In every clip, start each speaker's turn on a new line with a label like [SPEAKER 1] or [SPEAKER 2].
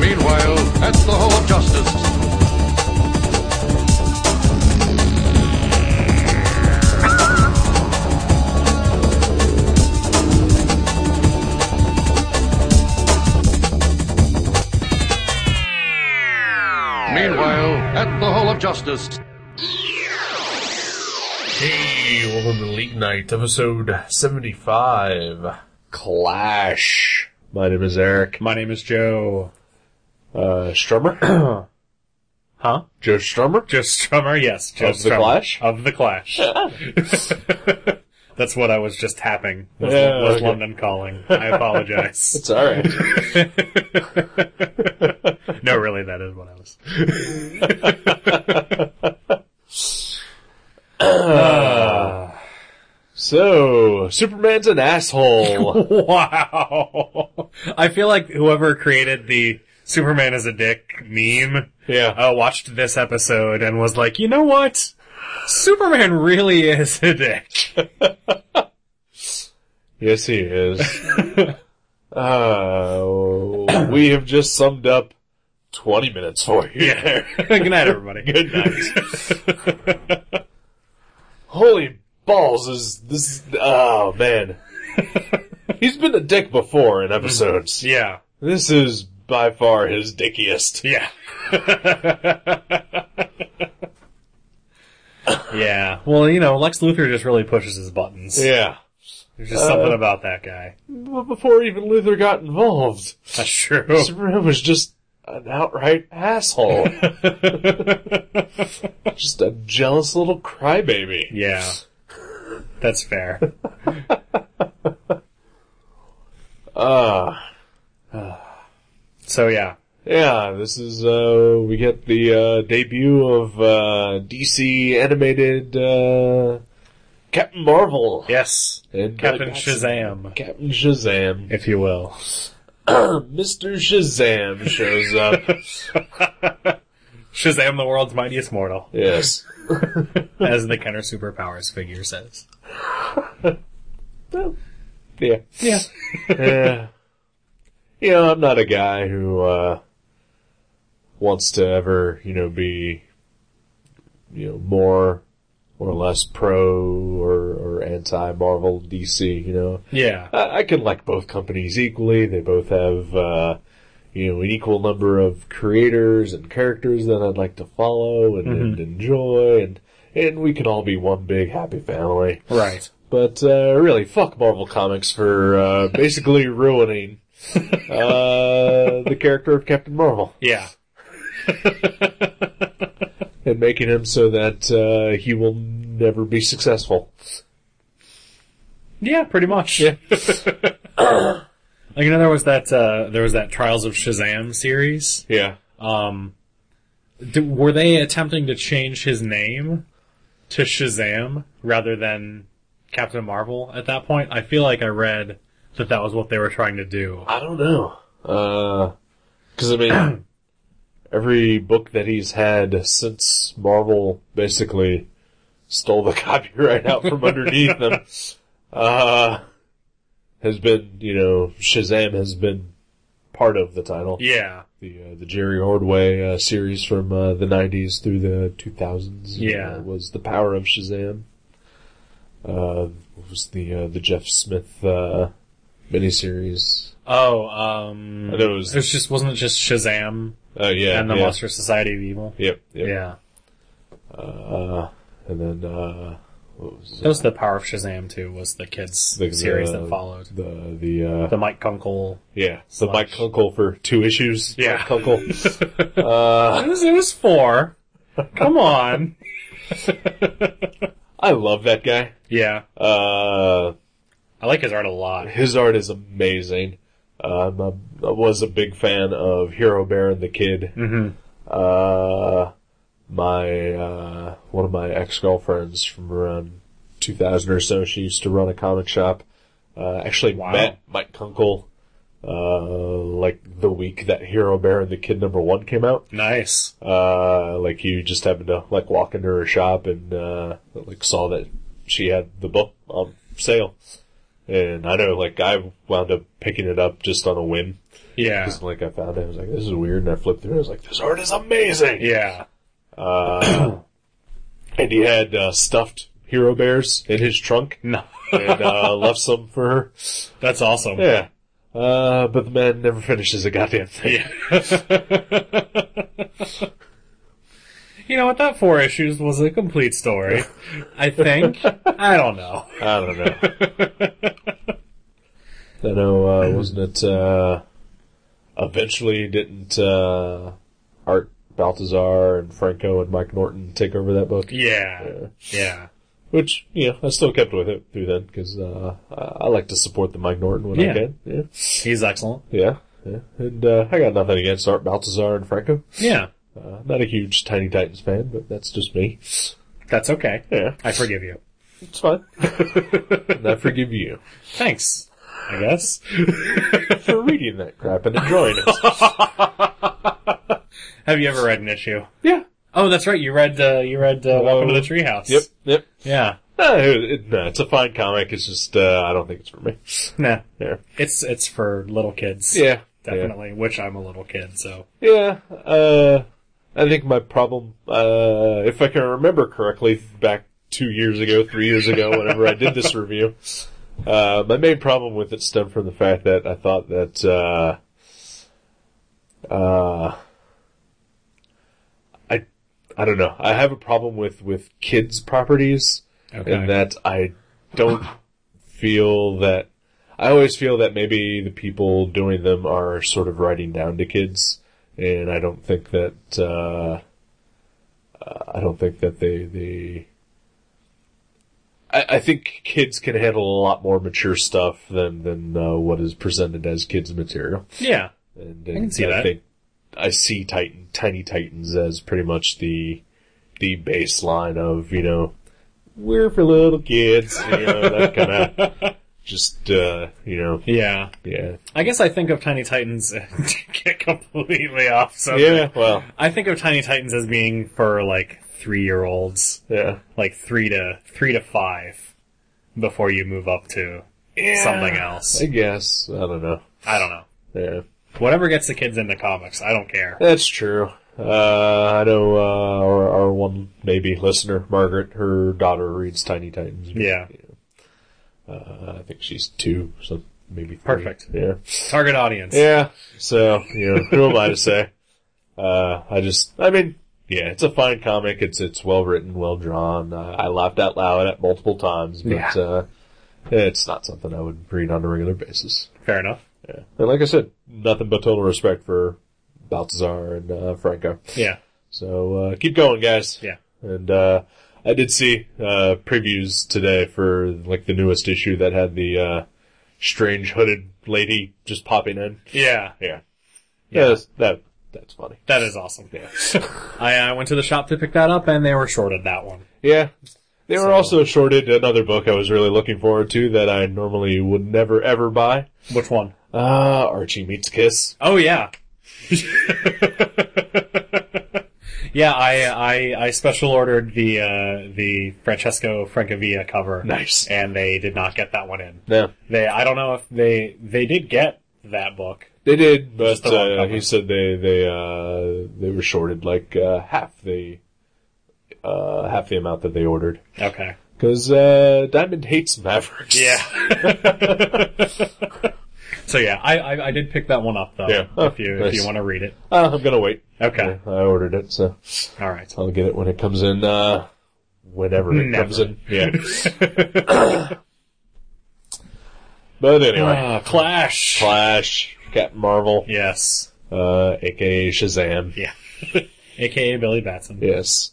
[SPEAKER 1] Meanwhile, at the Hall of Justice. Meanwhile, at the Hall of Justice.
[SPEAKER 2] Hey, welcome to Elite Night, episode 75.
[SPEAKER 3] Clash. My name is Eric. My name is Joe. Uh, Strummer?
[SPEAKER 4] Huh?
[SPEAKER 3] Joe Strummer?
[SPEAKER 4] Joe Strummer, yes. Joe
[SPEAKER 3] Of the
[SPEAKER 4] Strummer.
[SPEAKER 3] Clash?
[SPEAKER 4] Of the Clash. That's what I was just tapping. Was,
[SPEAKER 3] Yeah,
[SPEAKER 4] was
[SPEAKER 3] okay.
[SPEAKER 4] London calling. I apologize.
[SPEAKER 3] It's alright.
[SPEAKER 4] no, really, that is what I was.
[SPEAKER 3] Uh, so, Superman's an asshole.
[SPEAKER 4] Wow. I feel like whoever created the Superman is a dick meme
[SPEAKER 3] yeah.
[SPEAKER 4] uh, watched this episode and was like, you know what? Superman really is a dick.
[SPEAKER 3] Yes, he is. uh, we have just summed up 20 minutes for you.
[SPEAKER 4] Yeah. Good night, everybody.
[SPEAKER 3] Good night. Holy balls is this, oh man. He's been a dick before in episodes.
[SPEAKER 4] Yeah.
[SPEAKER 3] This is by far his dickiest.
[SPEAKER 4] Yeah. yeah. Well, you know, Lex Luthor just really pushes his buttons.
[SPEAKER 3] Yeah.
[SPEAKER 4] There's just something about that guy.
[SPEAKER 3] But before even Luther got involved,
[SPEAKER 4] That's true.
[SPEAKER 3] Superman was just an outright asshole. just a jealous little crybaby.
[SPEAKER 4] Yeah. That's fair.
[SPEAKER 3] Ah.
[SPEAKER 4] So yeah.
[SPEAKER 3] yeah, this is, uh, we get the, uh, debut of, uh, DC animated, uh, Captain Marvel.
[SPEAKER 4] Yes.
[SPEAKER 3] And, uh,
[SPEAKER 4] Captain
[SPEAKER 3] that's-
[SPEAKER 4] Shazam,
[SPEAKER 3] Captain Shazam.
[SPEAKER 4] if you will.
[SPEAKER 3] Mr. Shazam shows up.
[SPEAKER 4] Shazam, the world's mightiest mortal,
[SPEAKER 3] yes.
[SPEAKER 4] as the Kenner Superpowers figure says.
[SPEAKER 3] Yeah.
[SPEAKER 4] Yeah.
[SPEAKER 3] Yeah. You know, I'm not a guy who, uh, wants to ever, you know, be, you know, more or less pro or, or anti Marvel DC, you know.
[SPEAKER 4] Yeah.
[SPEAKER 3] I, I can like both companies equally. They both have, uh, you know, an equal number of creators and characters that I'd like to follow and, and enjoy and, and we can all be one big happy family.
[SPEAKER 4] Right.
[SPEAKER 3] But uh, really, fuck Marvel Comics for uh, basically ruining uh, the character of Captain Marvel
[SPEAKER 4] Yeah.
[SPEAKER 3] and making him so that uh, he will never be successful.
[SPEAKER 4] Yeah, pretty much. Yeah. like you know, there was that uh, there was that Trials of Shazam series.
[SPEAKER 3] Yeah.
[SPEAKER 4] Um, d- were they attempting to change his name to Shazam rather than Captain Marvel at that point? I feel like I read that that was what they were trying to do.
[SPEAKER 3] I don't know. Because, I mean, every book that he's had since Marvel basically stole the copyright out from underneath him uh, has been, you know, Shazam has been part of the title.
[SPEAKER 4] Yeah,
[SPEAKER 3] the uh, the Jerry Ordway uh, series from uh, the '90s through the 2000s.
[SPEAKER 4] Yeah.
[SPEAKER 3] uh, was the power of Shazam. Uh, what was the uh, the Jeff Smith uh, miniseries?
[SPEAKER 4] Oh, um,
[SPEAKER 3] I know it was-
[SPEAKER 4] just wasn't it just Shazam
[SPEAKER 3] Oh yeah,
[SPEAKER 4] and the
[SPEAKER 3] yeah.
[SPEAKER 4] Monster Society of Evil?
[SPEAKER 3] Yep, yep.
[SPEAKER 4] Yeah,
[SPEAKER 3] And then uh, what was
[SPEAKER 4] that was the power of Shazam too. Was the kids
[SPEAKER 3] the
[SPEAKER 4] series
[SPEAKER 3] the,
[SPEAKER 4] that followed
[SPEAKER 3] the the uh,
[SPEAKER 4] the Mike Kunkel?
[SPEAKER 3] yeah the Mike Kunkel for two issues.
[SPEAKER 4] Yeah.
[SPEAKER 3] Mike Kunkel.
[SPEAKER 4] It was it was four. Come on.
[SPEAKER 3] I love that guy.
[SPEAKER 4] Yeah,
[SPEAKER 3] Uh,
[SPEAKER 4] I like his art a lot.
[SPEAKER 3] his art is amazing. Uh, I'm a, I was a big fan of Hero Baron the Kid.
[SPEAKER 4] Mm-hmm.
[SPEAKER 3] Uh, my uh, one of my ex girlfriends from around 2000 or so, she used to run a comic shop. Uh, actually
[SPEAKER 4] Wow.
[SPEAKER 3] met Mike Kunkel uh, like the week that Hero Bear and the Kid Number One came out.
[SPEAKER 4] Nice.
[SPEAKER 3] Uh, like you just happened to like walk into her shop and uh, like saw that she had the book on sale. And I know, like, I wound up picking it up just on a whim.
[SPEAKER 4] Yeah.
[SPEAKER 3] 'Cause, like, I found it, I was like, this is weird, and I flipped through, it, I was like, this art is amazing!
[SPEAKER 4] Yeah.
[SPEAKER 3] And he had, uh, stuffed hero bears in his trunk,
[SPEAKER 4] No.
[SPEAKER 3] and, uh, left some for her.
[SPEAKER 4] That's awesome.
[SPEAKER 3] Yeah. Uh, but the man never finishes a goddamn thing.
[SPEAKER 4] You know what? That four issues was a complete story. I think. I don't know.
[SPEAKER 3] I don't know. I know, uh, wasn't it, uh, eventually didn't, uh, Art Baltazar and Franco and Mike Norton take over that book?
[SPEAKER 4] Yeah. Yeah.
[SPEAKER 3] Which, you know, I still kept with it through then, because, uh, I I like to support the Mike Norton when
[SPEAKER 4] Yeah.
[SPEAKER 3] I can. Yeah.
[SPEAKER 4] He's excellent.
[SPEAKER 3] Yeah. Yeah. And, uh, I got nothing against Art Baltazar and Franco.
[SPEAKER 4] Yeah.
[SPEAKER 3] Uh, not a huge Tiny Titans fan, but that's just me.
[SPEAKER 4] That's okay.
[SPEAKER 3] Yeah.
[SPEAKER 4] I forgive you.
[SPEAKER 3] It's fine. and I forgive you
[SPEAKER 4] Thanks. I guess.
[SPEAKER 3] for reading that crap and enjoying it.
[SPEAKER 4] Have you ever read an issue?
[SPEAKER 3] yeah.
[SPEAKER 4] Oh, that's right. You read, uh, you read, uh, Welcome to the Treehouse.
[SPEAKER 3] Yep. Yep.
[SPEAKER 4] Yeah.
[SPEAKER 3] No, it- it- no, it's a fine comic. It's just, uh, I don't think it's for me.
[SPEAKER 4] Nah.
[SPEAKER 3] Yeah.
[SPEAKER 4] It's, it's for little kids.
[SPEAKER 3] Yeah.
[SPEAKER 4] Definitely. Which I'm a little kid, so.
[SPEAKER 3] Yeah, uh, I think my problem, uh, if I can remember correctly, back two years ago, three years ago, whenever I did this review, uh, my main problem with it stemmed from the fact that I thought that, uh, uh, I, I don't know. I have a problem with, with kids' properties
[SPEAKER 4] Okay.
[SPEAKER 3] and that I don't feel that I always feel that maybe the people doing them are sort of writing down to kids, and I don't think that uh, I don't think that they they I, I think kids can handle a lot more mature stuff than than uh, what is presented as kids material.
[SPEAKER 4] Yeah.
[SPEAKER 3] And,
[SPEAKER 4] can
[SPEAKER 3] and
[SPEAKER 4] see that.
[SPEAKER 3] think I see Titan, Tiny Titans as pretty much the the baseline of you know we're for little kids, you know that kind of just uh, you know
[SPEAKER 4] Yeah.
[SPEAKER 3] yeah
[SPEAKER 4] I guess I think of Tiny Titans to get completely off subject.
[SPEAKER 3] yeah well
[SPEAKER 4] I think of Tiny Titans as being for like three year olds,
[SPEAKER 3] yeah
[SPEAKER 4] like three to three to five, before you move up to something else.
[SPEAKER 3] I guess I don't know
[SPEAKER 4] I don't know.
[SPEAKER 3] yeah
[SPEAKER 4] Whatever gets the kids into comics, I don't care.
[SPEAKER 3] that's true. Uh, I know, uh, our, our one maybe listener, Margaret, her daughter reads Tiny Titans.
[SPEAKER 4] Yeah.
[SPEAKER 3] Uh, I think she's two, so maybe three.
[SPEAKER 4] Perfect.
[SPEAKER 3] Yeah.
[SPEAKER 4] Target audience.
[SPEAKER 3] Yeah. So, you know, who am I to say? Uh, I just, I mean, yeah, it's a fine comic. It's, it's well written, well drawn. Uh, I laughed out loud at multiple times, but,
[SPEAKER 4] Yeah.
[SPEAKER 3] uh, it's not something I would read on a regular basis.
[SPEAKER 4] Fair enough.
[SPEAKER 3] Yeah. And like I said, nothing but total respect for Baltazar and, uh, Franco.
[SPEAKER 4] Yeah.
[SPEAKER 3] So, uh, keep going, guys.
[SPEAKER 4] Yeah.
[SPEAKER 3] And, uh, I did see, uh, previews today for, like, the newest issue that had the, uh, strange hooded lady just popping in.
[SPEAKER 4] Yeah.
[SPEAKER 3] Yeah. Yeah, that's, that, that's funny.
[SPEAKER 4] That is awesome. I, I went to the shop to pick that up and they were shorted that one.
[SPEAKER 3] Yeah. They were also shorted another book I was really looking forward to that I normally would never ever buy.
[SPEAKER 4] Which one?
[SPEAKER 3] Uh, Archie Meets Kiss.
[SPEAKER 4] Oh yeah. yeah, I, I I special ordered the uh, the Francesco Francavilla cover.
[SPEAKER 3] Nice.
[SPEAKER 4] And they did not get that one in.
[SPEAKER 3] No.
[SPEAKER 4] They I don't know if they they did get that book.
[SPEAKER 3] They did,
[SPEAKER 4] Just
[SPEAKER 3] but,
[SPEAKER 4] the wrong
[SPEAKER 3] uh,
[SPEAKER 4] cover.
[SPEAKER 3] he said they, they, uh, they were shorted like, uh, half the, uh, half the amount that they ordered.
[SPEAKER 4] Okay.
[SPEAKER 3] Cause, uh, Diamond hates Mavericks.
[SPEAKER 4] so yeah, I, I I did pick that one up though.
[SPEAKER 3] Yeah.
[SPEAKER 4] If you
[SPEAKER 3] Oh,
[SPEAKER 4] if you
[SPEAKER 3] nice.
[SPEAKER 4] want to read it.
[SPEAKER 3] Uh, I'm gonna wait.
[SPEAKER 4] Okay.
[SPEAKER 3] Yeah, I ordered it, so.
[SPEAKER 4] All right.
[SPEAKER 3] I'll get it when it comes in, uh, whenever it
[SPEAKER 4] Never.
[SPEAKER 3] comes in. Yeah. but anyway,
[SPEAKER 4] Ah, Clash.
[SPEAKER 3] Flash, Captain Marvel,
[SPEAKER 4] Yes.
[SPEAKER 3] uh, aka Shazam.
[SPEAKER 4] Yeah. AKA Billy Batson.
[SPEAKER 3] Yes.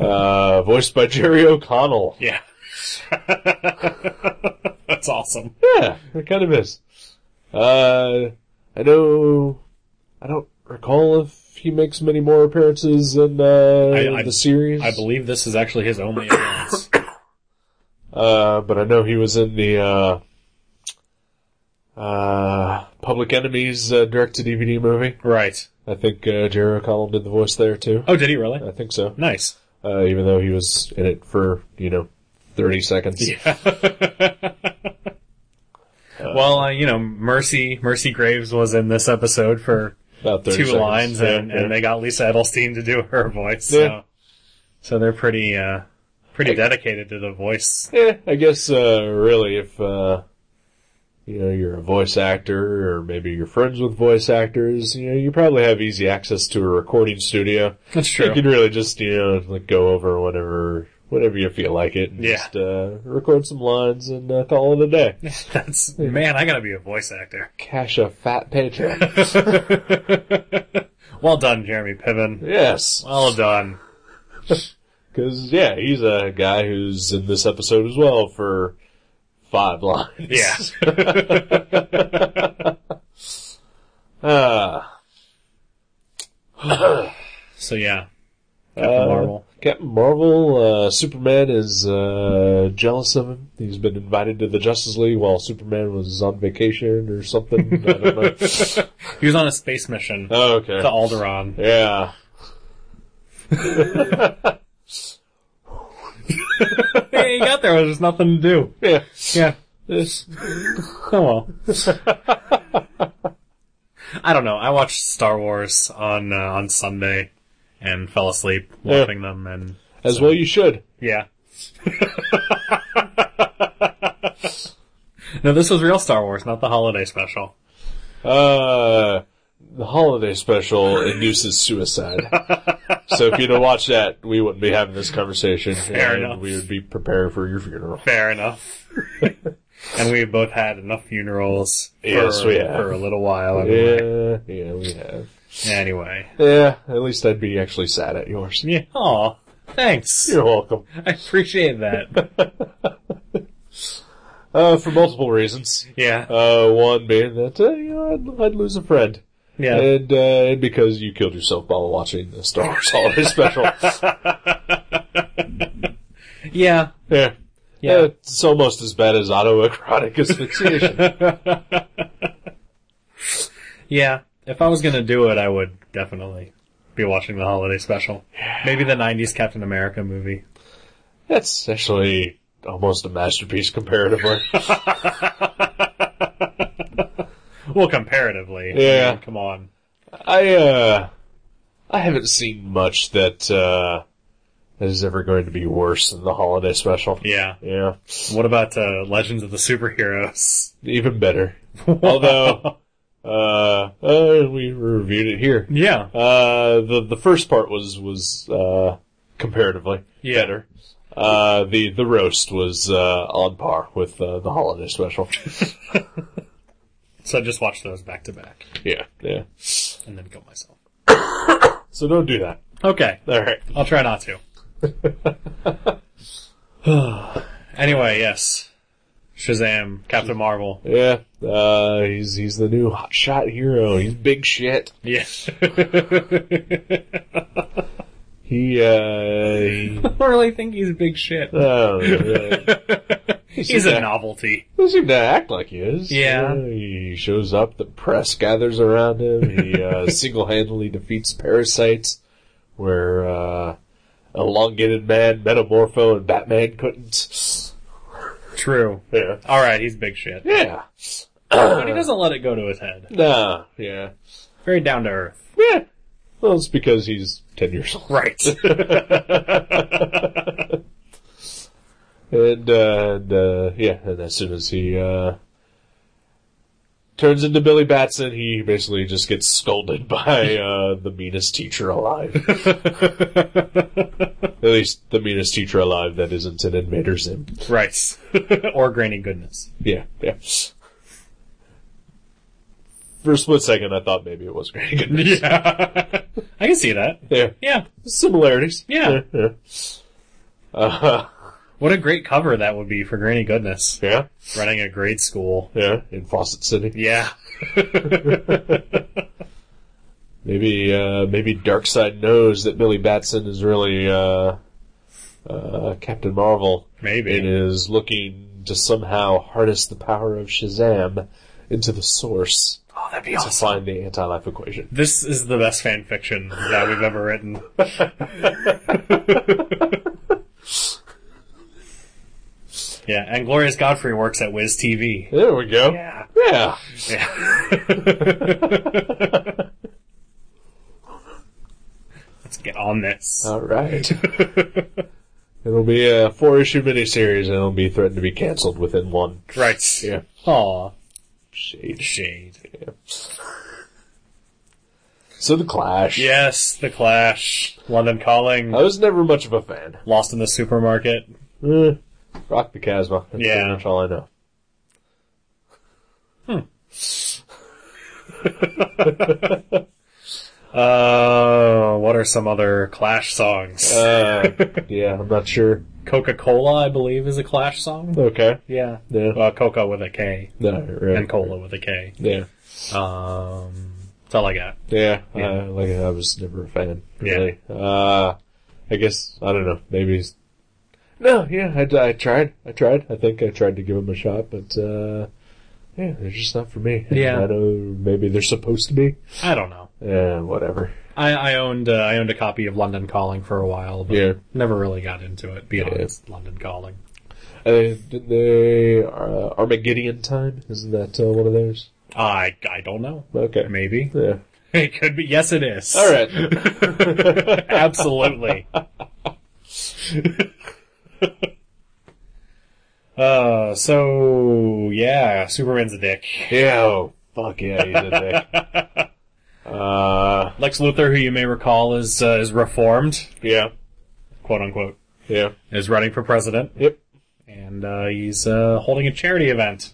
[SPEAKER 3] Uh, voiced by Jerry O'Connell.
[SPEAKER 4] Yeah. That's awesome.
[SPEAKER 3] Yeah, it kind of is. Uh, I know, I don't recall if he makes many more appearances in, uh,
[SPEAKER 4] I- I-
[SPEAKER 3] the series.
[SPEAKER 4] I believe this is actually his only appearance.
[SPEAKER 3] Uh, but I know he was in the uh, uh, Public Enemy's uh, direct-to-DVD movie.
[SPEAKER 4] Right.
[SPEAKER 3] I think uh, Jerry O'Connell did the voice there too.
[SPEAKER 4] Oh, did he really?
[SPEAKER 3] I think so.
[SPEAKER 4] Nice.
[SPEAKER 3] Uh, even though he was in it for you know thirty seconds.
[SPEAKER 4] well, uh, you know, Mercy Mercy Graves was in this episode for
[SPEAKER 3] About 30
[SPEAKER 4] two
[SPEAKER 3] seconds.
[SPEAKER 4] lines,
[SPEAKER 3] Yeah,
[SPEAKER 4] and,
[SPEAKER 3] yeah.
[SPEAKER 4] and they got Lisa Edelstein to do her voice. So,
[SPEAKER 3] Yeah.
[SPEAKER 4] so they're pretty uh, pretty dedicated to the voice.
[SPEAKER 3] Yeah, I guess uh, really, if uh, you know you're a voice actor, or maybe you're friends with voice actors, you know you probably have easy access to a recording studio.
[SPEAKER 4] That's
[SPEAKER 3] You can really just you know like go over whatever whatever you feel like it, and
[SPEAKER 4] Yeah.
[SPEAKER 3] just uh, record some lines and uh, call it a day.
[SPEAKER 4] That's man, I gotta be a voice actor.
[SPEAKER 3] Cash a fat paycheck.
[SPEAKER 4] Well done, Jeremy Piven.
[SPEAKER 3] yes,
[SPEAKER 4] Well done.
[SPEAKER 3] because yeah, he's a guy who's in this episode as well for five lines.
[SPEAKER 4] Yeah.
[SPEAKER 3] Ah,
[SPEAKER 4] So yeah, Captain
[SPEAKER 3] Uh,
[SPEAKER 4] Marvel.
[SPEAKER 3] Captain Marvel, uh, Superman is uh, jealous of him. He's been invited to the Justice League while Superman was on vacation or something. I don't know.
[SPEAKER 4] He was on a space mission
[SPEAKER 3] Oh, okay.
[SPEAKER 4] to Alderaan.
[SPEAKER 3] Yeah.
[SPEAKER 4] hey, he got there. There was nothing to do.
[SPEAKER 3] Yeah.
[SPEAKER 4] Yeah.
[SPEAKER 3] This-
[SPEAKER 4] Oh well. I don't know. I watched Star Wars on uh, on Sunday and fell asleep
[SPEAKER 3] Yeah.
[SPEAKER 4] watching them, and
[SPEAKER 3] As well you should.
[SPEAKER 4] yeah. no, this was real Star Wars, not the holiday special.
[SPEAKER 3] Uh, the holiday special induces suicide. so if you'd have watched that, we wouldn't be having this conversation.
[SPEAKER 4] Fair
[SPEAKER 3] and
[SPEAKER 4] enough.
[SPEAKER 3] We would be prepared for your funeral.
[SPEAKER 4] Fair enough. and we both had enough funerals for,
[SPEAKER 3] Yes, we have.
[SPEAKER 4] for a little while. Anyway.
[SPEAKER 3] Yeah, yeah, we have.
[SPEAKER 4] Anyway.
[SPEAKER 3] Yeah, at least I'd be actually sad at yours.
[SPEAKER 4] Yeah. Aw. Thanks.
[SPEAKER 3] You're welcome.
[SPEAKER 4] I appreciate that.
[SPEAKER 3] Uh, for multiple reasons.
[SPEAKER 4] Yeah.
[SPEAKER 3] Uh, one being that, uh, you know, I'd, I'd lose a friend.
[SPEAKER 4] yeah.
[SPEAKER 3] And, uh, and because you killed yourself while watching the Star Wars Holiday Special.
[SPEAKER 4] Yeah.
[SPEAKER 3] Yeah.
[SPEAKER 4] Yeah.
[SPEAKER 3] Yeah, it's almost as bad as autoerotic asphyxiation.
[SPEAKER 4] Yeah. If I was gonna do it, I would definitely be watching the holiday special. Maybe the '90s Captain America movie.
[SPEAKER 3] That's actually almost a masterpiece comparatively.
[SPEAKER 4] Well, comparatively. I
[SPEAKER 3] Yeah.
[SPEAKER 4] mean, come on.
[SPEAKER 3] I, uh, I haven't seen much that, uh, that is ever going to be worse than the Holiday Special.
[SPEAKER 4] Yeah.
[SPEAKER 3] Yeah.
[SPEAKER 4] What about uh, Legends of the Superheroes?
[SPEAKER 3] Even better. Although, uh, uh, we reviewed it here.
[SPEAKER 4] Yeah.
[SPEAKER 3] Uh, the the first part was was uh, comparatively
[SPEAKER 4] Yeah.
[SPEAKER 3] better. Uh, the the roast was uh, on par with uh, the holiday special.
[SPEAKER 4] So just watch those back to back,
[SPEAKER 3] yeah, yeah.
[SPEAKER 4] and then kill myself.
[SPEAKER 3] So don't do that.
[SPEAKER 4] Okay.
[SPEAKER 3] All right.
[SPEAKER 4] I'll try not to. anyway, yes. Shazam, Captain Marvel.
[SPEAKER 3] Yeah, uh, he's he's the new hot shot hero. He's big shit.
[SPEAKER 4] Yeah.
[SPEAKER 3] He uh, he,
[SPEAKER 4] I don't really think he's big shit.
[SPEAKER 3] oh, yeah.
[SPEAKER 4] He's a novelty.
[SPEAKER 3] Doesn't seem to act like he is. Uh,
[SPEAKER 4] Yeah.
[SPEAKER 3] he shows up. The press gathers around him. He uh, single-handedly defeats parasites, where uh, elongated man, Metamorpho, and Batman couldn't.
[SPEAKER 4] True.
[SPEAKER 3] Yeah.
[SPEAKER 4] Alright, he's big shit.
[SPEAKER 3] Yeah.
[SPEAKER 4] But he doesn't let it go to his head.
[SPEAKER 3] Nah. Yeah.
[SPEAKER 4] Very down to earth.
[SPEAKER 3] Yeah. Well, it's because he's ten years old,
[SPEAKER 4] Right.
[SPEAKER 3] and, uh, and uh, yeah, and as soon as he uh, turns into Billy Batson, he basically just gets scolded by uh, the meanest teacher alive. At least the meanest teacher alive that isn't an invader sim.
[SPEAKER 4] right. or Granny Goodness.
[SPEAKER 3] Yeah, yeah. For a split second, I thought maybe it was Granny Goodness.
[SPEAKER 4] Yeah. I can see that.
[SPEAKER 3] Yeah.
[SPEAKER 4] Yeah.
[SPEAKER 3] Similarities.
[SPEAKER 4] Yeah.
[SPEAKER 3] Yeah. Uh,
[SPEAKER 4] What a great cover that would be for Granny Goodness.
[SPEAKER 3] yeah.
[SPEAKER 4] Running a grade school.
[SPEAKER 3] Yeah. In Fawcett City.
[SPEAKER 4] Yeah.
[SPEAKER 3] Maybe, uh, maybe Darkseid knows that Billy Batson is really, uh, uh, Captain Marvel.
[SPEAKER 4] Maybe.
[SPEAKER 3] It is looking to somehow harness the power of Shazam into the source.
[SPEAKER 4] Oh, that'd be
[SPEAKER 3] to find the anti-life equation.
[SPEAKER 4] This is the best fan fiction that we've ever written. yeah, and Glorious Godfrey works at Wiz TV.
[SPEAKER 3] There we go.
[SPEAKER 4] Yeah.
[SPEAKER 3] Yeah.
[SPEAKER 4] Let's get on this.
[SPEAKER 3] All right. It'll be a four-issue miniseries, and it'll be threatened to be canceled within one.
[SPEAKER 4] right.
[SPEAKER 3] Yeah.
[SPEAKER 4] Aw.
[SPEAKER 3] Shade.
[SPEAKER 4] Shade.
[SPEAKER 3] So the Clash.
[SPEAKER 4] Yes, The Clash. London Calling.
[SPEAKER 3] I was never much of a fan.
[SPEAKER 4] Lost in the Supermarket.
[SPEAKER 3] Eh, rock the Casbah. That's
[SPEAKER 4] Yeah.
[SPEAKER 3] pretty much all I know.
[SPEAKER 4] Uh, what are some other Clash songs?
[SPEAKER 3] Uh, yeah, I'm not sure.
[SPEAKER 4] Coca Cola, I believe, is a Clash song.
[SPEAKER 3] Okay.
[SPEAKER 4] Yeah.
[SPEAKER 3] Yeah.
[SPEAKER 4] Uh, Coca with a K.
[SPEAKER 3] No, right.
[SPEAKER 4] And Cola with a K.
[SPEAKER 3] Yeah.
[SPEAKER 4] Um, that's all I got.
[SPEAKER 3] Yeah, Uh, like I was never a fan.
[SPEAKER 4] Yeah.
[SPEAKER 3] Really. Uh, I guess I don't know. Maybe. It's... No, yeah, I, I tried. I tried. I think I tried to give them a shot, but uh, yeah, they're just not for me.
[SPEAKER 4] Yeah.
[SPEAKER 3] I know. Maybe they're supposed to be.
[SPEAKER 4] I don't know.
[SPEAKER 3] Yeah, whatever.
[SPEAKER 4] I, I owned uh, I owned a copy of London Calling for a while, but
[SPEAKER 3] Yeah.
[SPEAKER 4] never really got into it beyond
[SPEAKER 3] Yeah.
[SPEAKER 4] London Calling.
[SPEAKER 3] Uh, did they uh, Armageddon time? Isn't that uh, one of those?
[SPEAKER 4] I I don't know.
[SPEAKER 3] Okay.
[SPEAKER 4] Maybe
[SPEAKER 3] Yeah.
[SPEAKER 4] it could be. Yes, it is.
[SPEAKER 3] All right.
[SPEAKER 4] absolutely. uh, so yeah, Superman's a dick.
[SPEAKER 3] yeah. Oh, fuck yeah, he's a dick. uh,
[SPEAKER 4] Lex Luthor, who you may recall is uh, is reformed,
[SPEAKER 3] yeah.
[SPEAKER 4] quote unquote,
[SPEAKER 3] Yeah.
[SPEAKER 4] is running for president.
[SPEAKER 3] Yep.
[SPEAKER 4] and uh, he's uh, holding a charity event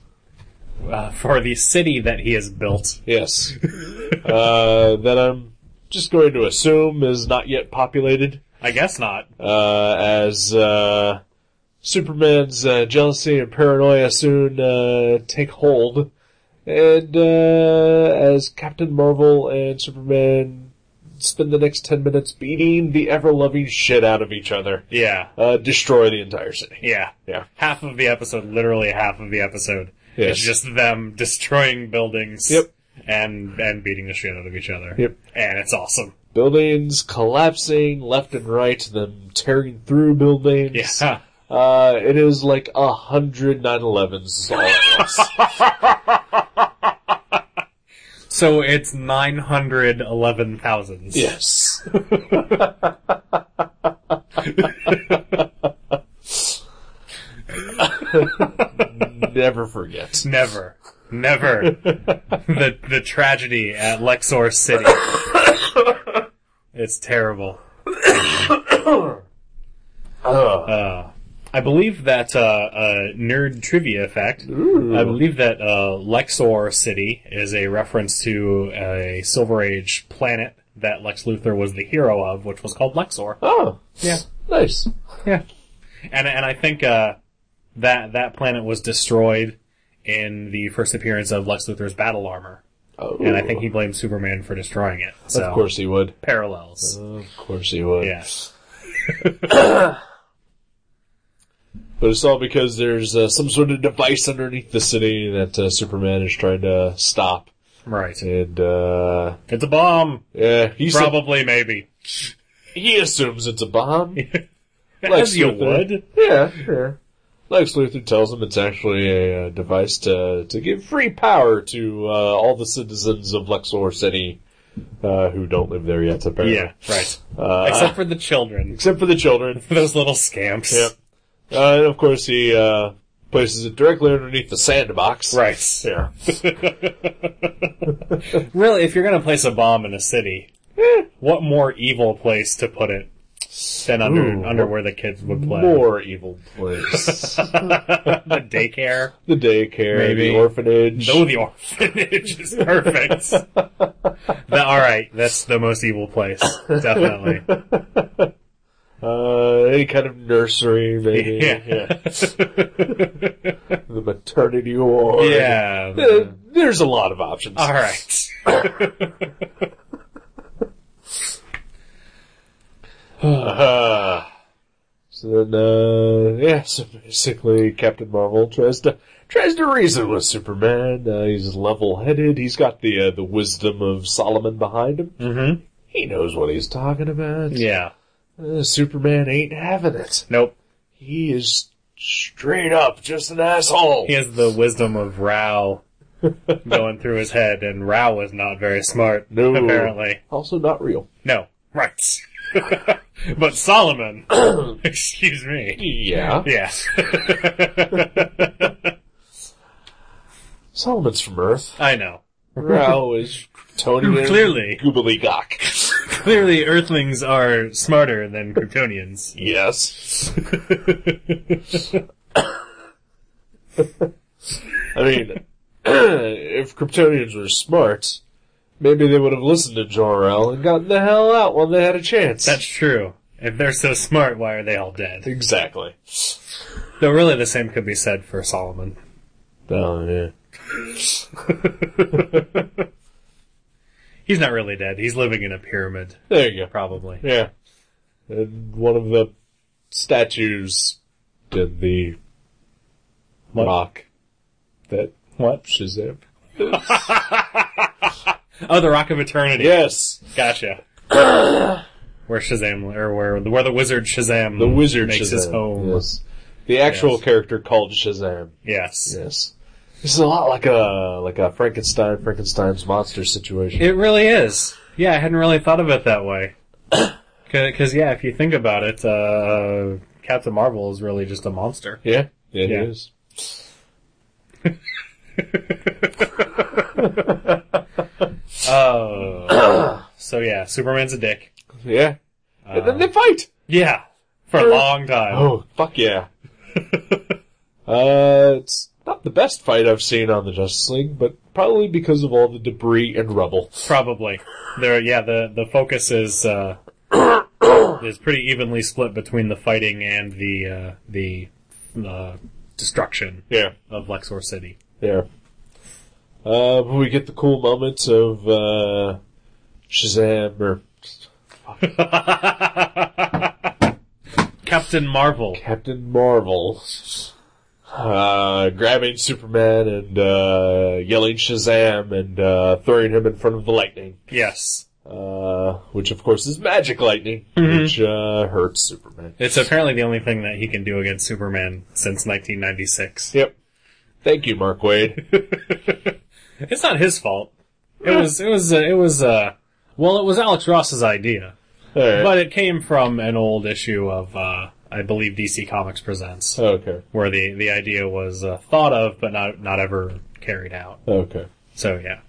[SPEAKER 4] uh, for the city that he has built.
[SPEAKER 3] Yes. uh, that I'm just going to assume is not yet populated,
[SPEAKER 4] I guess not.
[SPEAKER 3] uh, as, uh, Superman's uh, jealousy and paranoia soon, uh, take hold. And, uh, as Captain Marvel and Superman spend the next 10 minutes beating the ever-loving shit out of each other,
[SPEAKER 4] Yeah,
[SPEAKER 3] uh, destroy the entire city.
[SPEAKER 4] yeah.
[SPEAKER 3] Yeah.
[SPEAKER 4] Half of the episode, literally half of the episode,
[SPEAKER 3] Yes.
[SPEAKER 4] is just them destroying buildings.
[SPEAKER 3] Yep.
[SPEAKER 4] And and beating the shit out of each other.
[SPEAKER 3] Yep.
[SPEAKER 4] And it's awesome.
[SPEAKER 3] Buildings collapsing left and right, them tearing through buildings.
[SPEAKER 4] Yeah.
[SPEAKER 3] Uh, it is like a hundred 911s is all it was.
[SPEAKER 4] So it's nine hundred eleven thousands.
[SPEAKER 3] yes. Never forget.
[SPEAKER 4] Never. Never. the the tragedy at Lexor City. it's terrible.
[SPEAKER 3] Uh,
[SPEAKER 4] Uh, I believe that uh, uh, nerd trivia fact. I believe that uh, Lexor City is a reference to a Silver Age planet that Lex Luthor was the hero of, which was called Lexor.
[SPEAKER 3] oh.
[SPEAKER 4] Yeah.
[SPEAKER 3] Nice.
[SPEAKER 4] Yeah, and and I think uh, that that planet was destroyed in the first appearance of Lex Luthor's battle armor,
[SPEAKER 3] Oh.
[SPEAKER 4] and I think he blamed Superman for destroying it. So
[SPEAKER 3] Of course he would.
[SPEAKER 4] parallels.
[SPEAKER 3] Of course he would.
[SPEAKER 4] Yeah.
[SPEAKER 3] But it's all because there's uh, some sort of device underneath the city that uh, Superman is trying to stop.
[SPEAKER 4] Right.
[SPEAKER 3] And, uh,
[SPEAKER 4] It's a bomb.
[SPEAKER 3] yeah, he's
[SPEAKER 4] Probably, maybe.
[SPEAKER 3] He assumes it's a bomb.
[SPEAKER 4] As you would.
[SPEAKER 3] Yeah, yeah. Lex Luthor tells him it's actually a uh, device to to give free power to uh, all the citizens of Lexor City uh, who don't live there yet, apparently.
[SPEAKER 4] Yeah, right.
[SPEAKER 3] Uh,
[SPEAKER 4] Except for the children.
[SPEAKER 3] except for the children.
[SPEAKER 4] Those little scamps.
[SPEAKER 3] Yep. Uh, and of course, he uh, places it directly underneath the sandbox.
[SPEAKER 4] Right.
[SPEAKER 3] Yeah.
[SPEAKER 4] Really, if you're gonna place a bomb in a city, what more evil place to put it than under
[SPEAKER 3] Ooh,
[SPEAKER 4] under where the kids would play?
[SPEAKER 3] More evil place.
[SPEAKER 4] the daycare.
[SPEAKER 3] the daycare,
[SPEAKER 4] Maybe.
[SPEAKER 3] the orphanage.
[SPEAKER 4] No, the orphanage is perfect. The- all right, that's the most evil place, definitely.
[SPEAKER 3] Uh, any kind of nursery, maybe.
[SPEAKER 4] Yeah.
[SPEAKER 3] the maternity ward.
[SPEAKER 4] Yeah.
[SPEAKER 3] Uh, there's a lot of options.
[SPEAKER 4] All right. Uh-huh.
[SPEAKER 3] Uh, so then, uh, yeah, so basically Captain Marvel tries to, tries to reason with Superman. Uh, he's level-headed. He's got the uh, the wisdom of Solomon behind him.
[SPEAKER 4] Mm-hmm.
[SPEAKER 3] He knows what he's talking about.
[SPEAKER 4] Yeah.
[SPEAKER 3] Uh, Superman ain't having it.
[SPEAKER 4] Nope.
[SPEAKER 3] He is straight up just an asshole.
[SPEAKER 4] He has the wisdom of Rao going through his head, and Rao was not very smart,
[SPEAKER 3] No.
[SPEAKER 4] apparently.
[SPEAKER 3] Also not real.
[SPEAKER 4] No. Right. but Solomon, excuse me.
[SPEAKER 3] Yeah.
[SPEAKER 4] Yeah.
[SPEAKER 3] Solomon's from Earth.
[SPEAKER 4] I know.
[SPEAKER 3] Rao is Kryptonian.
[SPEAKER 4] Clearly.
[SPEAKER 3] Gobbledygook.
[SPEAKER 4] Clearly, Earthlings are smarter than Kryptonians.
[SPEAKER 3] Yes. I mean, if Kryptonians were smart, maybe they would have listened to Jor-El and gotten the hell out when they had a chance.
[SPEAKER 4] That's true. If they're so smart, why are they all dead?
[SPEAKER 3] exactly.
[SPEAKER 4] Though really the same could be said for Solomon.
[SPEAKER 3] Oh yeah.
[SPEAKER 4] He's not really dead. He's living in a pyramid,
[SPEAKER 3] There you go.
[SPEAKER 4] probably.
[SPEAKER 3] Yeah. And one of the statues did the
[SPEAKER 4] What?
[SPEAKER 3] rock that
[SPEAKER 4] What?
[SPEAKER 3] Shazam.
[SPEAKER 4] Oh, the Rock of Eternity.
[SPEAKER 3] Yes,
[SPEAKER 4] Gotcha. where Shazam, or where, where the wizard Shazam
[SPEAKER 3] the wizard
[SPEAKER 4] Mm. makes
[SPEAKER 3] Shazam.
[SPEAKER 4] his home.
[SPEAKER 3] Yes. The actual
[SPEAKER 4] Yes.
[SPEAKER 3] character called Shazam.
[SPEAKER 4] Yes.
[SPEAKER 3] Yes. This is a lot like a like a Frankenstein, Frankenstein's monster situation.
[SPEAKER 4] It really is. Yeah, I hadn't really thought of it that way. Because, yeah, if you think about it, uh, Captain Marvel is really just a monster.
[SPEAKER 3] yeah, it
[SPEAKER 4] Yeah.
[SPEAKER 3] is.
[SPEAKER 4] Oh. so, yeah, Superman's a dick.
[SPEAKER 3] Yeah.
[SPEAKER 4] Uh,
[SPEAKER 3] and then they fight.
[SPEAKER 4] Yeah. For a long time.
[SPEAKER 3] Oh, fuck yeah. uh, it's not the best fight I've seen on the Justice League, but probably because of all the debris and rubble.
[SPEAKER 4] Probably. There, yeah, the, the focus is, uh, is pretty evenly split between the fighting and the, uh, the, uh, destruction
[SPEAKER 3] Yeah.
[SPEAKER 4] of Lexor City.
[SPEAKER 3] There. Uh, but we get the cool moments of, uh, Shazam or
[SPEAKER 4] Captain Marvel.
[SPEAKER 3] Captain Marvel, uh, grabbing Superman and, uh, yelling Shazam and, uh, throwing him in front of the lightning.
[SPEAKER 4] Yes.
[SPEAKER 3] Uh, which of course is magic lightning, which, uh, hurts Superman.
[SPEAKER 4] It's apparently the only thing that he can do against Superman since 1996.
[SPEAKER 3] Yep. Thank you, Mark Wade.
[SPEAKER 4] It's not his fault. It was, it was, uh, it was, uh, well, it was Alex Ross's idea,
[SPEAKER 3] Alright.
[SPEAKER 4] but it came from an old issue of, uh, I believe DC Comics Presents,
[SPEAKER 3] Okay.
[SPEAKER 4] where the, the idea was uh, thought of, but not, not ever carried out.
[SPEAKER 3] Okay.
[SPEAKER 4] So yeah.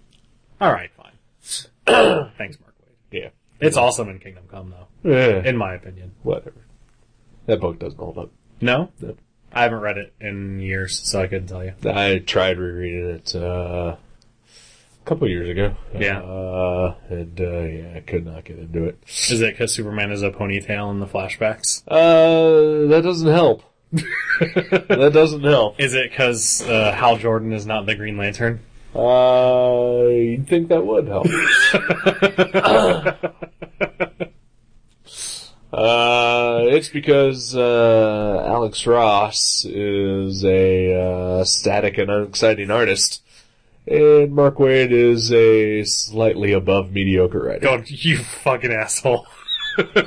[SPEAKER 4] Alright, fine. Thanks, Mark Wade.
[SPEAKER 3] Yeah.
[SPEAKER 4] It's awesome in Kingdom Come though,
[SPEAKER 3] Eh,
[SPEAKER 4] in my opinion.
[SPEAKER 3] whatever. That book doesn't hold up.
[SPEAKER 4] No?
[SPEAKER 3] No.
[SPEAKER 4] I haven't read it in years, so I couldn't tell you.
[SPEAKER 3] I tried rereading it uh, a couple years ago.
[SPEAKER 4] Yeah.
[SPEAKER 3] Uh, and uh, yeah, I could not get into it.
[SPEAKER 4] Is it because Superman is a ponytail in the flashbacks?
[SPEAKER 3] Uh, that doesn't help. that doesn't help.
[SPEAKER 4] Is it because uh, Hal Jordan is not the Green Lantern?
[SPEAKER 3] Uh, you'd think that would help. uh, it's because uh, Alex Ross is a uh, static and unexciting artist, and Mark Wade is a slightly above mediocre writer.
[SPEAKER 4] God, you fucking asshole!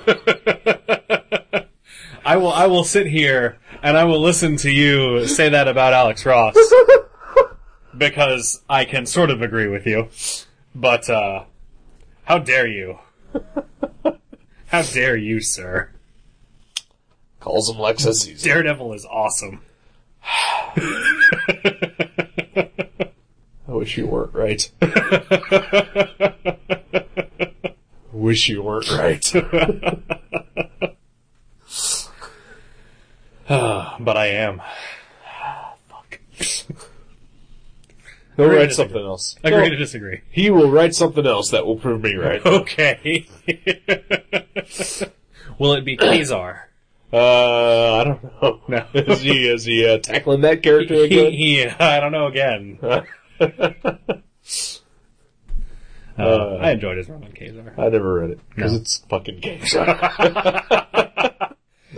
[SPEAKER 4] I will. I will sit here and I will listen to you say that about Alex Ross because I can sort of agree with you, but uh, how dare you? How dare you, sir?
[SPEAKER 3] Calls him Lexus. He's
[SPEAKER 4] Daredevil is awesome.
[SPEAKER 3] I wish you weren't right. wish you weren't right.
[SPEAKER 4] But I am.
[SPEAKER 3] He'll
[SPEAKER 4] Agree
[SPEAKER 3] write
[SPEAKER 4] to
[SPEAKER 3] something else.
[SPEAKER 4] Agree
[SPEAKER 3] No,
[SPEAKER 4] to disagree.
[SPEAKER 3] he will write something else that will prove me right.
[SPEAKER 4] Okay. Will it be Kazar?
[SPEAKER 3] Uh, I don't know.
[SPEAKER 4] No.
[SPEAKER 3] is he is he uh, tackling that character
[SPEAKER 4] He,
[SPEAKER 3] again?
[SPEAKER 4] he- I don't know again. Uh, I enjoyed his run on Kazar.
[SPEAKER 3] I never read it because
[SPEAKER 4] No.
[SPEAKER 3] it's fucking gay.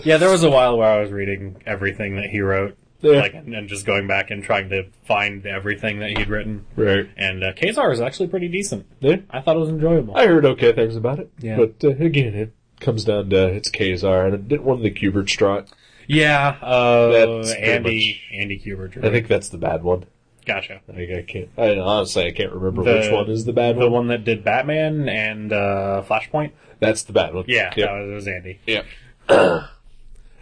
[SPEAKER 4] Yeah, there was a while where I was reading everything that he wrote.
[SPEAKER 3] Yeah.
[SPEAKER 4] like and, and just going back and trying to find everything that he'd written.
[SPEAKER 3] Right.
[SPEAKER 4] And uh, Kazar is actually pretty decent.
[SPEAKER 3] Yeah.
[SPEAKER 4] I thought it was enjoyable.
[SPEAKER 3] I heard okay things about it.
[SPEAKER 4] Yeah.
[SPEAKER 3] But uh, again, it comes down to it's Kazar and it didn't win the Kubert Strot.
[SPEAKER 4] yeah, uh,
[SPEAKER 3] That's pretty
[SPEAKER 4] Andy Andy Kubert.
[SPEAKER 3] I think that's the bad one.
[SPEAKER 4] gotcha.
[SPEAKER 3] I, I can't. I honestly, I can't remember
[SPEAKER 4] The-
[SPEAKER 3] which one is the bad
[SPEAKER 4] The
[SPEAKER 3] one.
[SPEAKER 4] one that did Batman and uh, Flashpoint.
[SPEAKER 3] That's the bad one.
[SPEAKER 4] Yeah,
[SPEAKER 3] Yep.
[SPEAKER 4] that was, it was Andy.
[SPEAKER 3] Yep.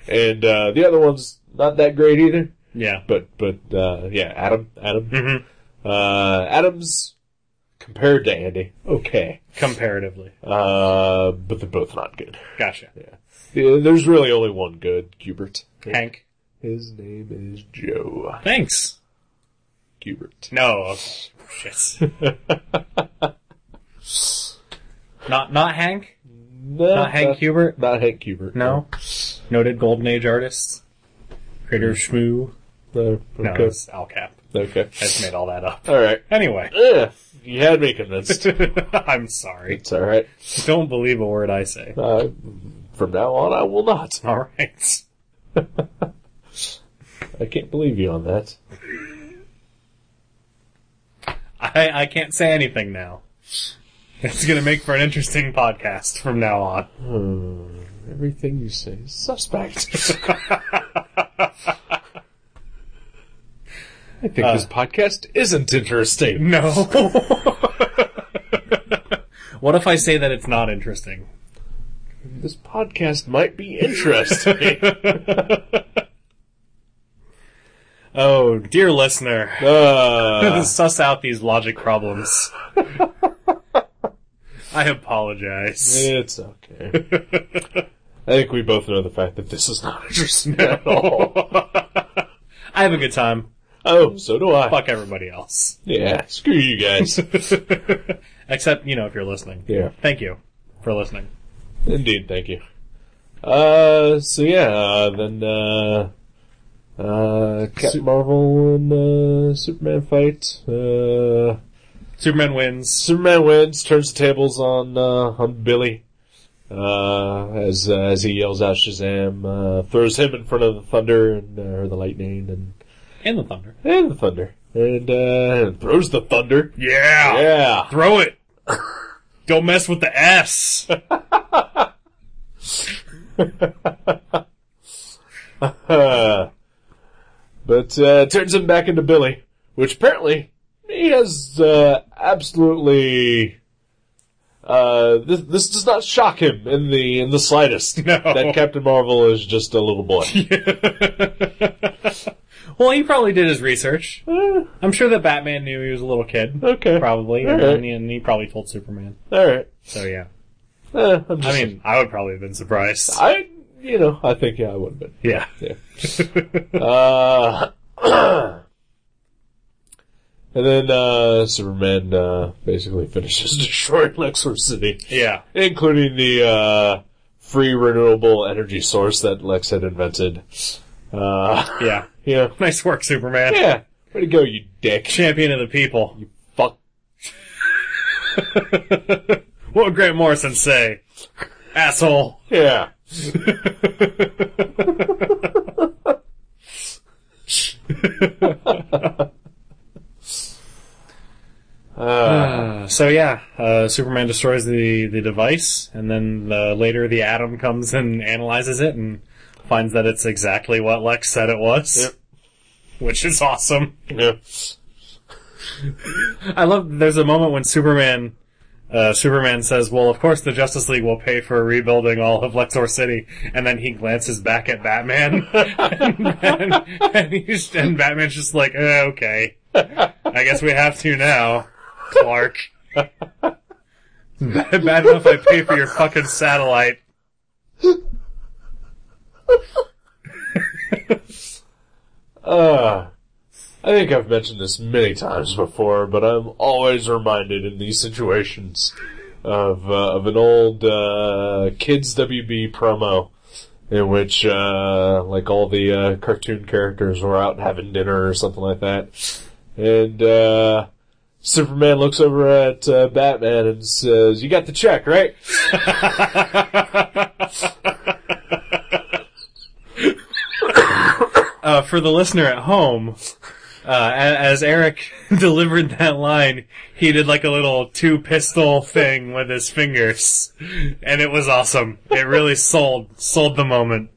[SPEAKER 3] and uh, the other one's not that great either.
[SPEAKER 4] Yeah.
[SPEAKER 3] But but uh, yeah, Adam Adam
[SPEAKER 4] Mhm.
[SPEAKER 3] uh, Adam's compared to Andy, okay.
[SPEAKER 4] Comparatively,
[SPEAKER 3] Uh, but they're both not good.
[SPEAKER 4] gotcha.
[SPEAKER 3] Yeah, there's really only one good, Kubert.
[SPEAKER 4] Hank,
[SPEAKER 3] His name is Joe
[SPEAKER 4] thanks.
[SPEAKER 3] Kubert.
[SPEAKER 4] No, okay. shit. not not Hank.
[SPEAKER 3] No,
[SPEAKER 4] Not Hank Hubert?
[SPEAKER 3] Not Hank Kubert.
[SPEAKER 4] No. Noted Golden Age artist. Creator of Shmoo.
[SPEAKER 3] No.
[SPEAKER 4] No,
[SPEAKER 3] Mm-hmm. Okay.
[SPEAKER 4] it's Al Cap.
[SPEAKER 3] okay.
[SPEAKER 4] I just made all that up.
[SPEAKER 3] All right.
[SPEAKER 4] Anyway.
[SPEAKER 3] Ugh, you had me convinced.
[SPEAKER 4] I'm sorry.
[SPEAKER 3] it's all right.
[SPEAKER 4] Don't believe a word I say.
[SPEAKER 3] Uh, from now on, I will not.
[SPEAKER 4] Alright.
[SPEAKER 3] I can't believe you on that.
[SPEAKER 4] I, I can't say anything now. It's gonna make for an interesting podcast from now on.
[SPEAKER 3] Everything you say is suspect. I think this podcast isn't interesting.
[SPEAKER 4] No. what if I say that it's not interesting?
[SPEAKER 3] This podcast might be interesting.
[SPEAKER 4] Oh, dear listener.
[SPEAKER 3] uh,
[SPEAKER 4] suss out these logic problems. I apologize.
[SPEAKER 3] it's okay. I think we both know the fact that this is not interesting at all.
[SPEAKER 4] I have a good time.
[SPEAKER 3] Oh, so do I.
[SPEAKER 4] Fuck everybody else.
[SPEAKER 3] Yeah, screw you guys.
[SPEAKER 4] Except, you know, if you're listening.
[SPEAKER 3] yeah.
[SPEAKER 4] Thank you for listening.
[SPEAKER 3] Indeed, thank you. Uh, so yeah, uh, then, uh, uh, Captain Marvel and, uh, Superman fight, uh,
[SPEAKER 4] Superman wins.
[SPEAKER 3] Superman wins, turns the tables on, uh, on Billy, uh, as, uh, as he yells out Shazam, uh, throws him in front of the thunder and, uh, or the lightning and,
[SPEAKER 4] And the Thunder.
[SPEAKER 3] and the thunder, and, uh, throws the thunder.
[SPEAKER 4] Yeah!
[SPEAKER 3] Yeah.
[SPEAKER 4] Throw it! Don't mess with the S!
[SPEAKER 3] Uh, but uh, turns him back into Billy, which apparently he has uh, absolutely. Uh, this this does not shock him in the in the slightest.
[SPEAKER 4] No.
[SPEAKER 3] That Captain Marvel is just a little boy.
[SPEAKER 4] well, he probably did his research.
[SPEAKER 3] Eh,
[SPEAKER 4] I'm sure that Batman knew he was a little kid.
[SPEAKER 3] okay.
[SPEAKER 4] Probably.
[SPEAKER 3] All
[SPEAKER 4] And,
[SPEAKER 3] right.
[SPEAKER 4] he- and he probably told Superman.
[SPEAKER 3] All right.
[SPEAKER 4] So, yeah.
[SPEAKER 3] Eh, I'm just,
[SPEAKER 4] I mean, I would probably have been surprised.
[SPEAKER 3] I you know I think yeah I would have been.
[SPEAKER 4] Yeah.
[SPEAKER 3] Yeah. uh, and then uh, Superman uh, basically finishes destroying Lexor City.
[SPEAKER 4] Yeah.
[SPEAKER 3] including the uh, free renewable energy source that Lex had invented. Uh,
[SPEAKER 4] Yeah.
[SPEAKER 3] yeah,
[SPEAKER 4] Nice work, Superman.
[SPEAKER 3] yeah. Way to go, you dick!
[SPEAKER 4] Champion of the people.
[SPEAKER 3] Fuck.
[SPEAKER 4] What would Grant Morrison say? Asshole.
[SPEAKER 3] Yeah.
[SPEAKER 4] Uh, so yeah, uh, Superman destroys the, the device, and then uh, later the Atom comes and analyzes it and finds that it's exactly what Lex said it was.
[SPEAKER 3] Yep.
[SPEAKER 4] Which is awesome.
[SPEAKER 3] Yeah.
[SPEAKER 4] I love. There's a moment when Superman, uh, Superman says, "Well, of course the Justice League will pay for rebuilding all of Lexor City," and then he glances back at Batman, and, and, he's, and Batman's just like, eh, "Okay, I guess we have to now, Clark." Bad bad enough I pay for your fucking satellite.
[SPEAKER 3] Uh, I think I've mentioned this many times before, but I'm always reminded in these situations of uh, of an old uh, kids WB promo in which uh, like all the uh, cartoon characters were out having dinner or something like that, and uh, Superman looks over at uh, Batman and says, "You got the check, right?"
[SPEAKER 4] Oh uh, for the listener at home, uh, a- as Eric delivered that line, he did like a little two pistol thing with his fingers, and it was awesome. It really sold sold the moment.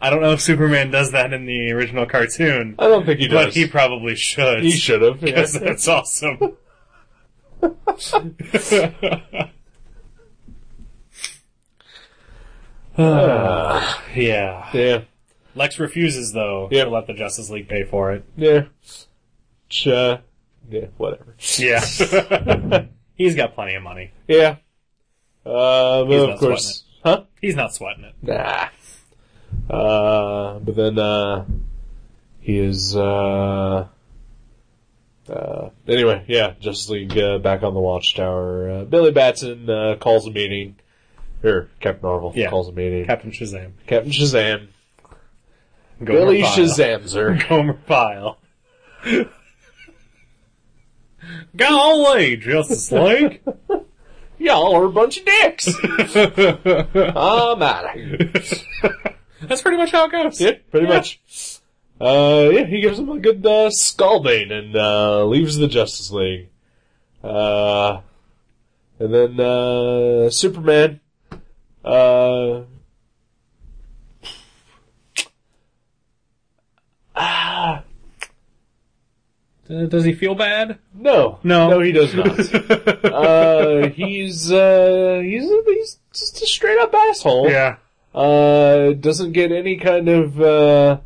[SPEAKER 4] I don't know if Superman does that in the original cartoon,
[SPEAKER 3] I don't think Uh, he
[SPEAKER 4] but
[SPEAKER 3] does.
[SPEAKER 4] he probably should.
[SPEAKER 3] he should have.
[SPEAKER 4] because that's awesome. yeah.
[SPEAKER 3] Yeah.
[SPEAKER 4] Lex refuses, though,
[SPEAKER 3] Yep.
[SPEAKER 4] to let the Justice League pay for it.
[SPEAKER 3] Yeah. Ch- uh, yeah, whatever.
[SPEAKER 4] Yeah. He's got plenty of money.
[SPEAKER 3] Yeah. Um,
[SPEAKER 4] He's
[SPEAKER 3] of
[SPEAKER 4] not
[SPEAKER 3] course. Huh?
[SPEAKER 4] He's not sweating it.
[SPEAKER 3] Nah. Uh, but then, uh, he is, uh, uh, anyway, yeah, Justice League, uh, back on the watchtower. Uh, Billy Batson, uh, calls a meeting. Or, Captain Marvel
[SPEAKER 4] Yeah.
[SPEAKER 3] calls a meeting.
[SPEAKER 4] Captain Shazam.
[SPEAKER 3] Captain Shazam.
[SPEAKER 4] Gomer
[SPEAKER 3] Billy
[SPEAKER 4] Pyle.
[SPEAKER 3] Shazams her.
[SPEAKER 4] Gomer Pyle. Golly, Justice League.
[SPEAKER 3] Y'all are a bunch of dicks! I'm outta here.
[SPEAKER 4] That's pretty much how it goes.
[SPEAKER 3] Yeah, pretty
[SPEAKER 4] Yeah.
[SPEAKER 3] much. Uh, yeah, he gives him a good uh, scalding and uh, leaves the Justice League. Uh, and then uh, Superman. Uh,
[SPEAKER 4] Uh, does he feel bad?
[SPEAKER 3] no,
[SPEAKER 4] No.
[SPEAKER 3] no, he does not. uh, he's uh, he's he's just a straight up asshole.
[SPEAKER 4] Yeah.
[SPEAKER 3] uh, doesn't get any kind of, uh,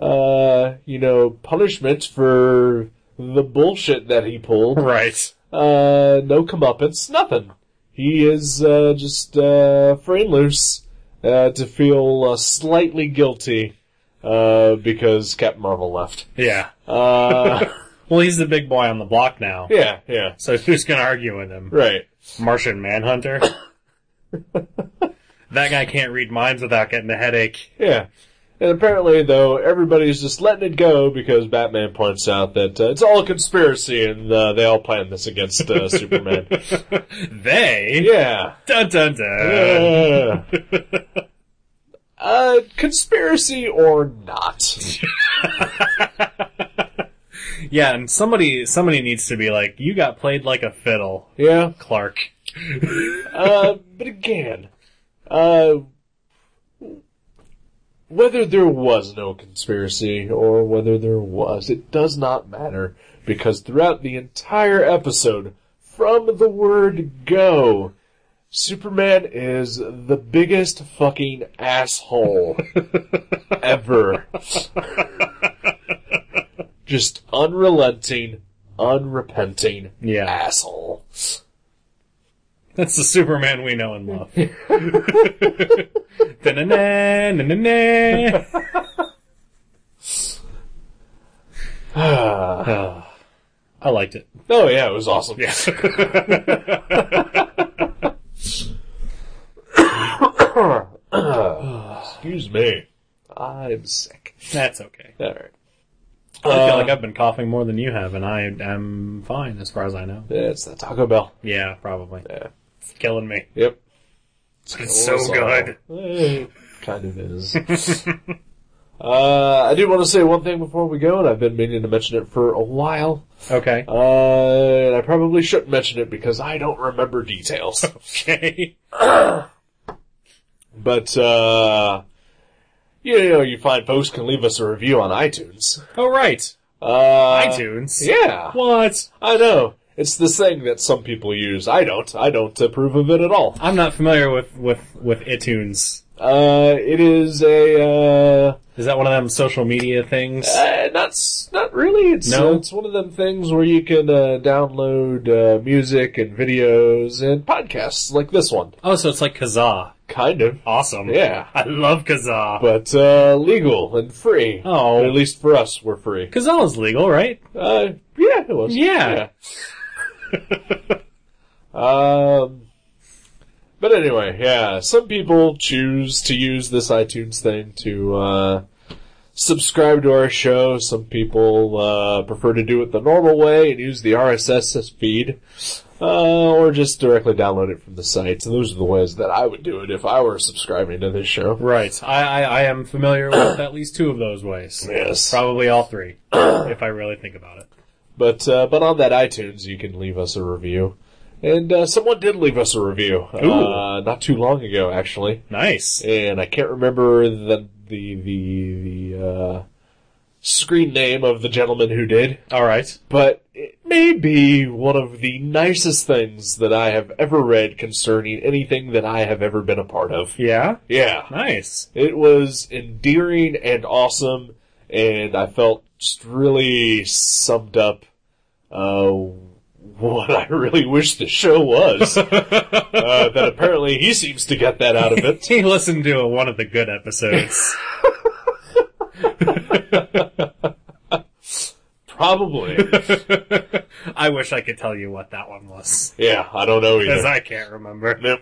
[SPEAKER 3] uh, you know, punishment for the bullshit that he pulled.
[SPEAKER 4] Right.
[SPEAKER 3] Uh, no comeuppance, nothing. He is, uh, just, uh, free and loose, uh, to feel uh, slightly guilty, uh, because Captain Marvel left.
[SPEAKER 4] Yeah.
[SPEAKER 3] Uh,
[SPEAKER 4] Well, he's the big boy on the block now.
[SPEAKER 3] yeah, yeah,
[SPEAKER 4] So who's gonna argue with him?
[SPEAKER 3] right.
[SPEAKER 4] Martian Manhunter? that guy can't read minds without getting a headache.
[SPEAKER 3] Yeah. And apparently, though, everybody's just letting it go because Batman points out that uh, it's all a conspiracy and uh, they all planned this against uh, Superman.
[SPEAKER 4] They?
[SPEAKER 3] Yeah.
[SPEAKER 4] Dun dun dun.
[SPEAKER 3] Uh, uh, conspiracy or not.
[SPEAKER 4] Yeah, and somebody somebody needs to be like, you got played like a fiddle,
[SPEAKER 3] Yeah.
[SPEAKER 4] Clark.
[SPEAKER 3] Uh, but again, uh, whether there was no conspiracy or whether there was, it does not matter because throughout the entire episode, from the word go, Superman is the biggest fucking asshole ever. Just unrelenting, unrepenting
[SPEAKER 4] Yeah.
[SPEAKER 3] asshole.
[SPEAKER 4] That's the Superman we know and love. Da-na-na, na-na-na. Ah, I liked it.
[SPEAKER 3] Oh yeah, it was awesome. Yeah. Excuse me. I'm sick.
[SPEAKER 4] That's okay.
[SPEAKER 3] Alright.
[SPEAKER 4] I feel
[SPEAKER 3] Uh,
[SPEAKER 4] like I've been coughing more than you have, and I am fine as far as I know.
[SPEAKER 3] yeah, it's the Taco Bell.
[SPEAKER 4] Yeah, probably.
[SPEAKER 3] Yeah.
[SPEAKER 4] It's killing me.
[SPEAKER 3] Yep.
[SPEAKER 4] It's so good.
[SPEAKER 3] Eh, kind of is. uh, I do want to say one thing before we go, and I've been meaning to mention it for a while.
[SPEAKER 4] Okay.
[SPEAKER 3] Uh, and I probably shouldn't mention it because I don't remember details.
[SPEAKER 4] Okay.
[SPEAKER 3] but, uh, you know, you find folks can leave us a review on iTunes.
[SPEAKER 4] Oh, right.
[SPEAKER 3] Uh,
[SPEAKER 4] iTunes.
[SPEAKER 3] Yeah,
[SPEAKER 4] What?
[SPEAKER 3] I know. It's the thing that some people use. I don't. I don't approve of it at all.
[SPEAKER 4] I'm not familiar with, with, with iTunes.
[SPEAKER 3] Uh, it is a uh,
[SPEAKER 4] Is that one of them social media things?
[SPEAKER 3] uh not s- not really. It's
[SPEAKER 4] No?
[SPEAKER 3] uh, it's one of them things where you can uh, download uh, music and videos and podcasts like this one.
[SPEAKER 4] Oh, so it's like Kazaa.
[SPEAKER 3] Kind of,
[SPEAKER 4] Awesome.
[SPEAKER 3] yeah.
[SPEAKER 4] I love Kazaa.
[SPEAKER 3] But uh, legal and free.
[SPEAKER 4] Oh.
[SPEAKER 3] at least for us, we're free.
[SPEAKER 4] Kazaa is legal, right?
[SPEAKER 3] Uh, yeah, it was.
[SPEAKER 4] Yeah.
[SPEAKER 3] Yeah. um, but anyway, yeah, some people choose to use this iTunes thing to, uh, subscribe to our show. Some people, uh, prefer to do it the normal way and use the RSS feed. Uh, or just directly download it from the site. So those are the ways that I would do it if I were subscribing to this show.
[SPEAKER 4] Right. I, I, I am familiar with at least two of those ways.
[SPEAKER 3] Yes.
[SPEAKER 4] Probably all three, if I really think about it.
[SPEAKER 3] But uh, but on that iTunes, you can leave us a review. And uh, someone did leave us a review uh, not too long ago, actually.
[SPEAKER 4] Nice.
[SPEAKER 3] And I can't remember the the the, the uh, screen name of the gentleman who did,
[SPEAKER 4] All right.
[SPEAKER 3] but it may be one of the nicest things that I have ever read concerning anything that I have ever been a part of.
[SPEAKER 4] Yeah.
[SPEAKER 3] Yeah.
[SPEAKER 4] Nice.
[SPEAKER 3] It was endearing and awesome, and I felt just really summed up uh, what I really wish the show was. uh, that apparently he seems to get that out of it.
[SPEAKER 4] He listened to one of the good episodes.
[SPEAKER 3] Probably.
[SPEAKER 4] I wish I could tell you what that one was,
[SPEAKER 3] Yeah, I don't know
[SPEAKER 4] because
[SPEAKER 3] either.
[SPEAKER 4] I can't remember.
[SPEAKER 3] Nope.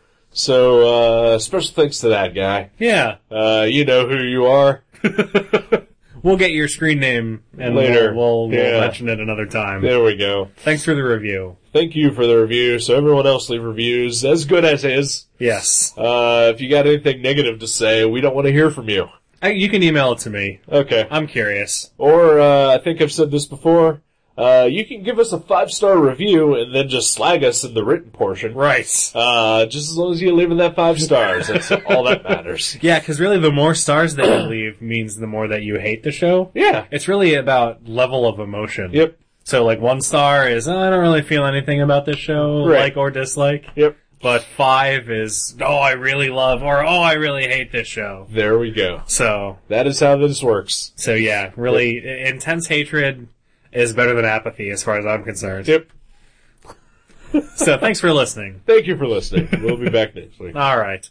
[SPEAKER 3] so, uh, special thanks to that guy.
[SPEAKER 4] Yeah.
[SPEAKER 3] Uh, you know who you are.
[SPEAKER 4] We'll get your screen name and
[SPEAKER 3] Later.
[SPEAKER 4] We'll, we'll, we'll
[SPEAKER 3] Yeah.
[SPEAKER 4] mention it another time.
[SPEAKER 3] There we go.
[SPEAKER 4] Thanks for the review.
[SPEAKER 3] Thank you for the review. So everyone else leave reviews as good as his.
[SPEAKER 4] Yes.
[SPEAKER 3] Uh, if you got anything negative to say, we don't want to hear from you.
[SPEAKER 4] I, you can email it to me.
[SPEAKER 3] Okay.
[SPEAKER 4] I'm curious.
[SPEAKER 3] Or, uh, I think I've said this before, uh, you can give us a five star review and then just slag us in the written portion.
[SPEAKER 4] Right.
[SPEAKER 3] Uh, just as long as you leave it that five stars, that's all that matters.
[SPEAKER 4] Yeah, because really the more stars that you leave means the more that you hate the show.
[SPEAKER 3] Yeah.
[SPEAKER 4] It's really about level of emotion.
[SPEAKER 3] Yep.
[SPEAKER 4] So like one star is, "Oh, I don't really feel anything about this show,
[SPEAKER 3] Right.
[SPEAKER 4] like or dislike.
[SPEAKER 3] Yep.
[SPEAKER 4] But five is, oh, I really love or oh, I really hate this show.
[SPEAKER 3] There we go.
[SPEAKER 4] So,
[SPEAKER 3] That is how this works.
[SPEAKER 4] so yeah, really i- intense hatred is better than apathy as far as I'm concerned.
[SPEAKER 3] Yep.
[SPEAKER 4] So thanks for listening.
[SPEAKER 3] Thank you for listening. We'll be back next week.
[SPEAKER 4] All right.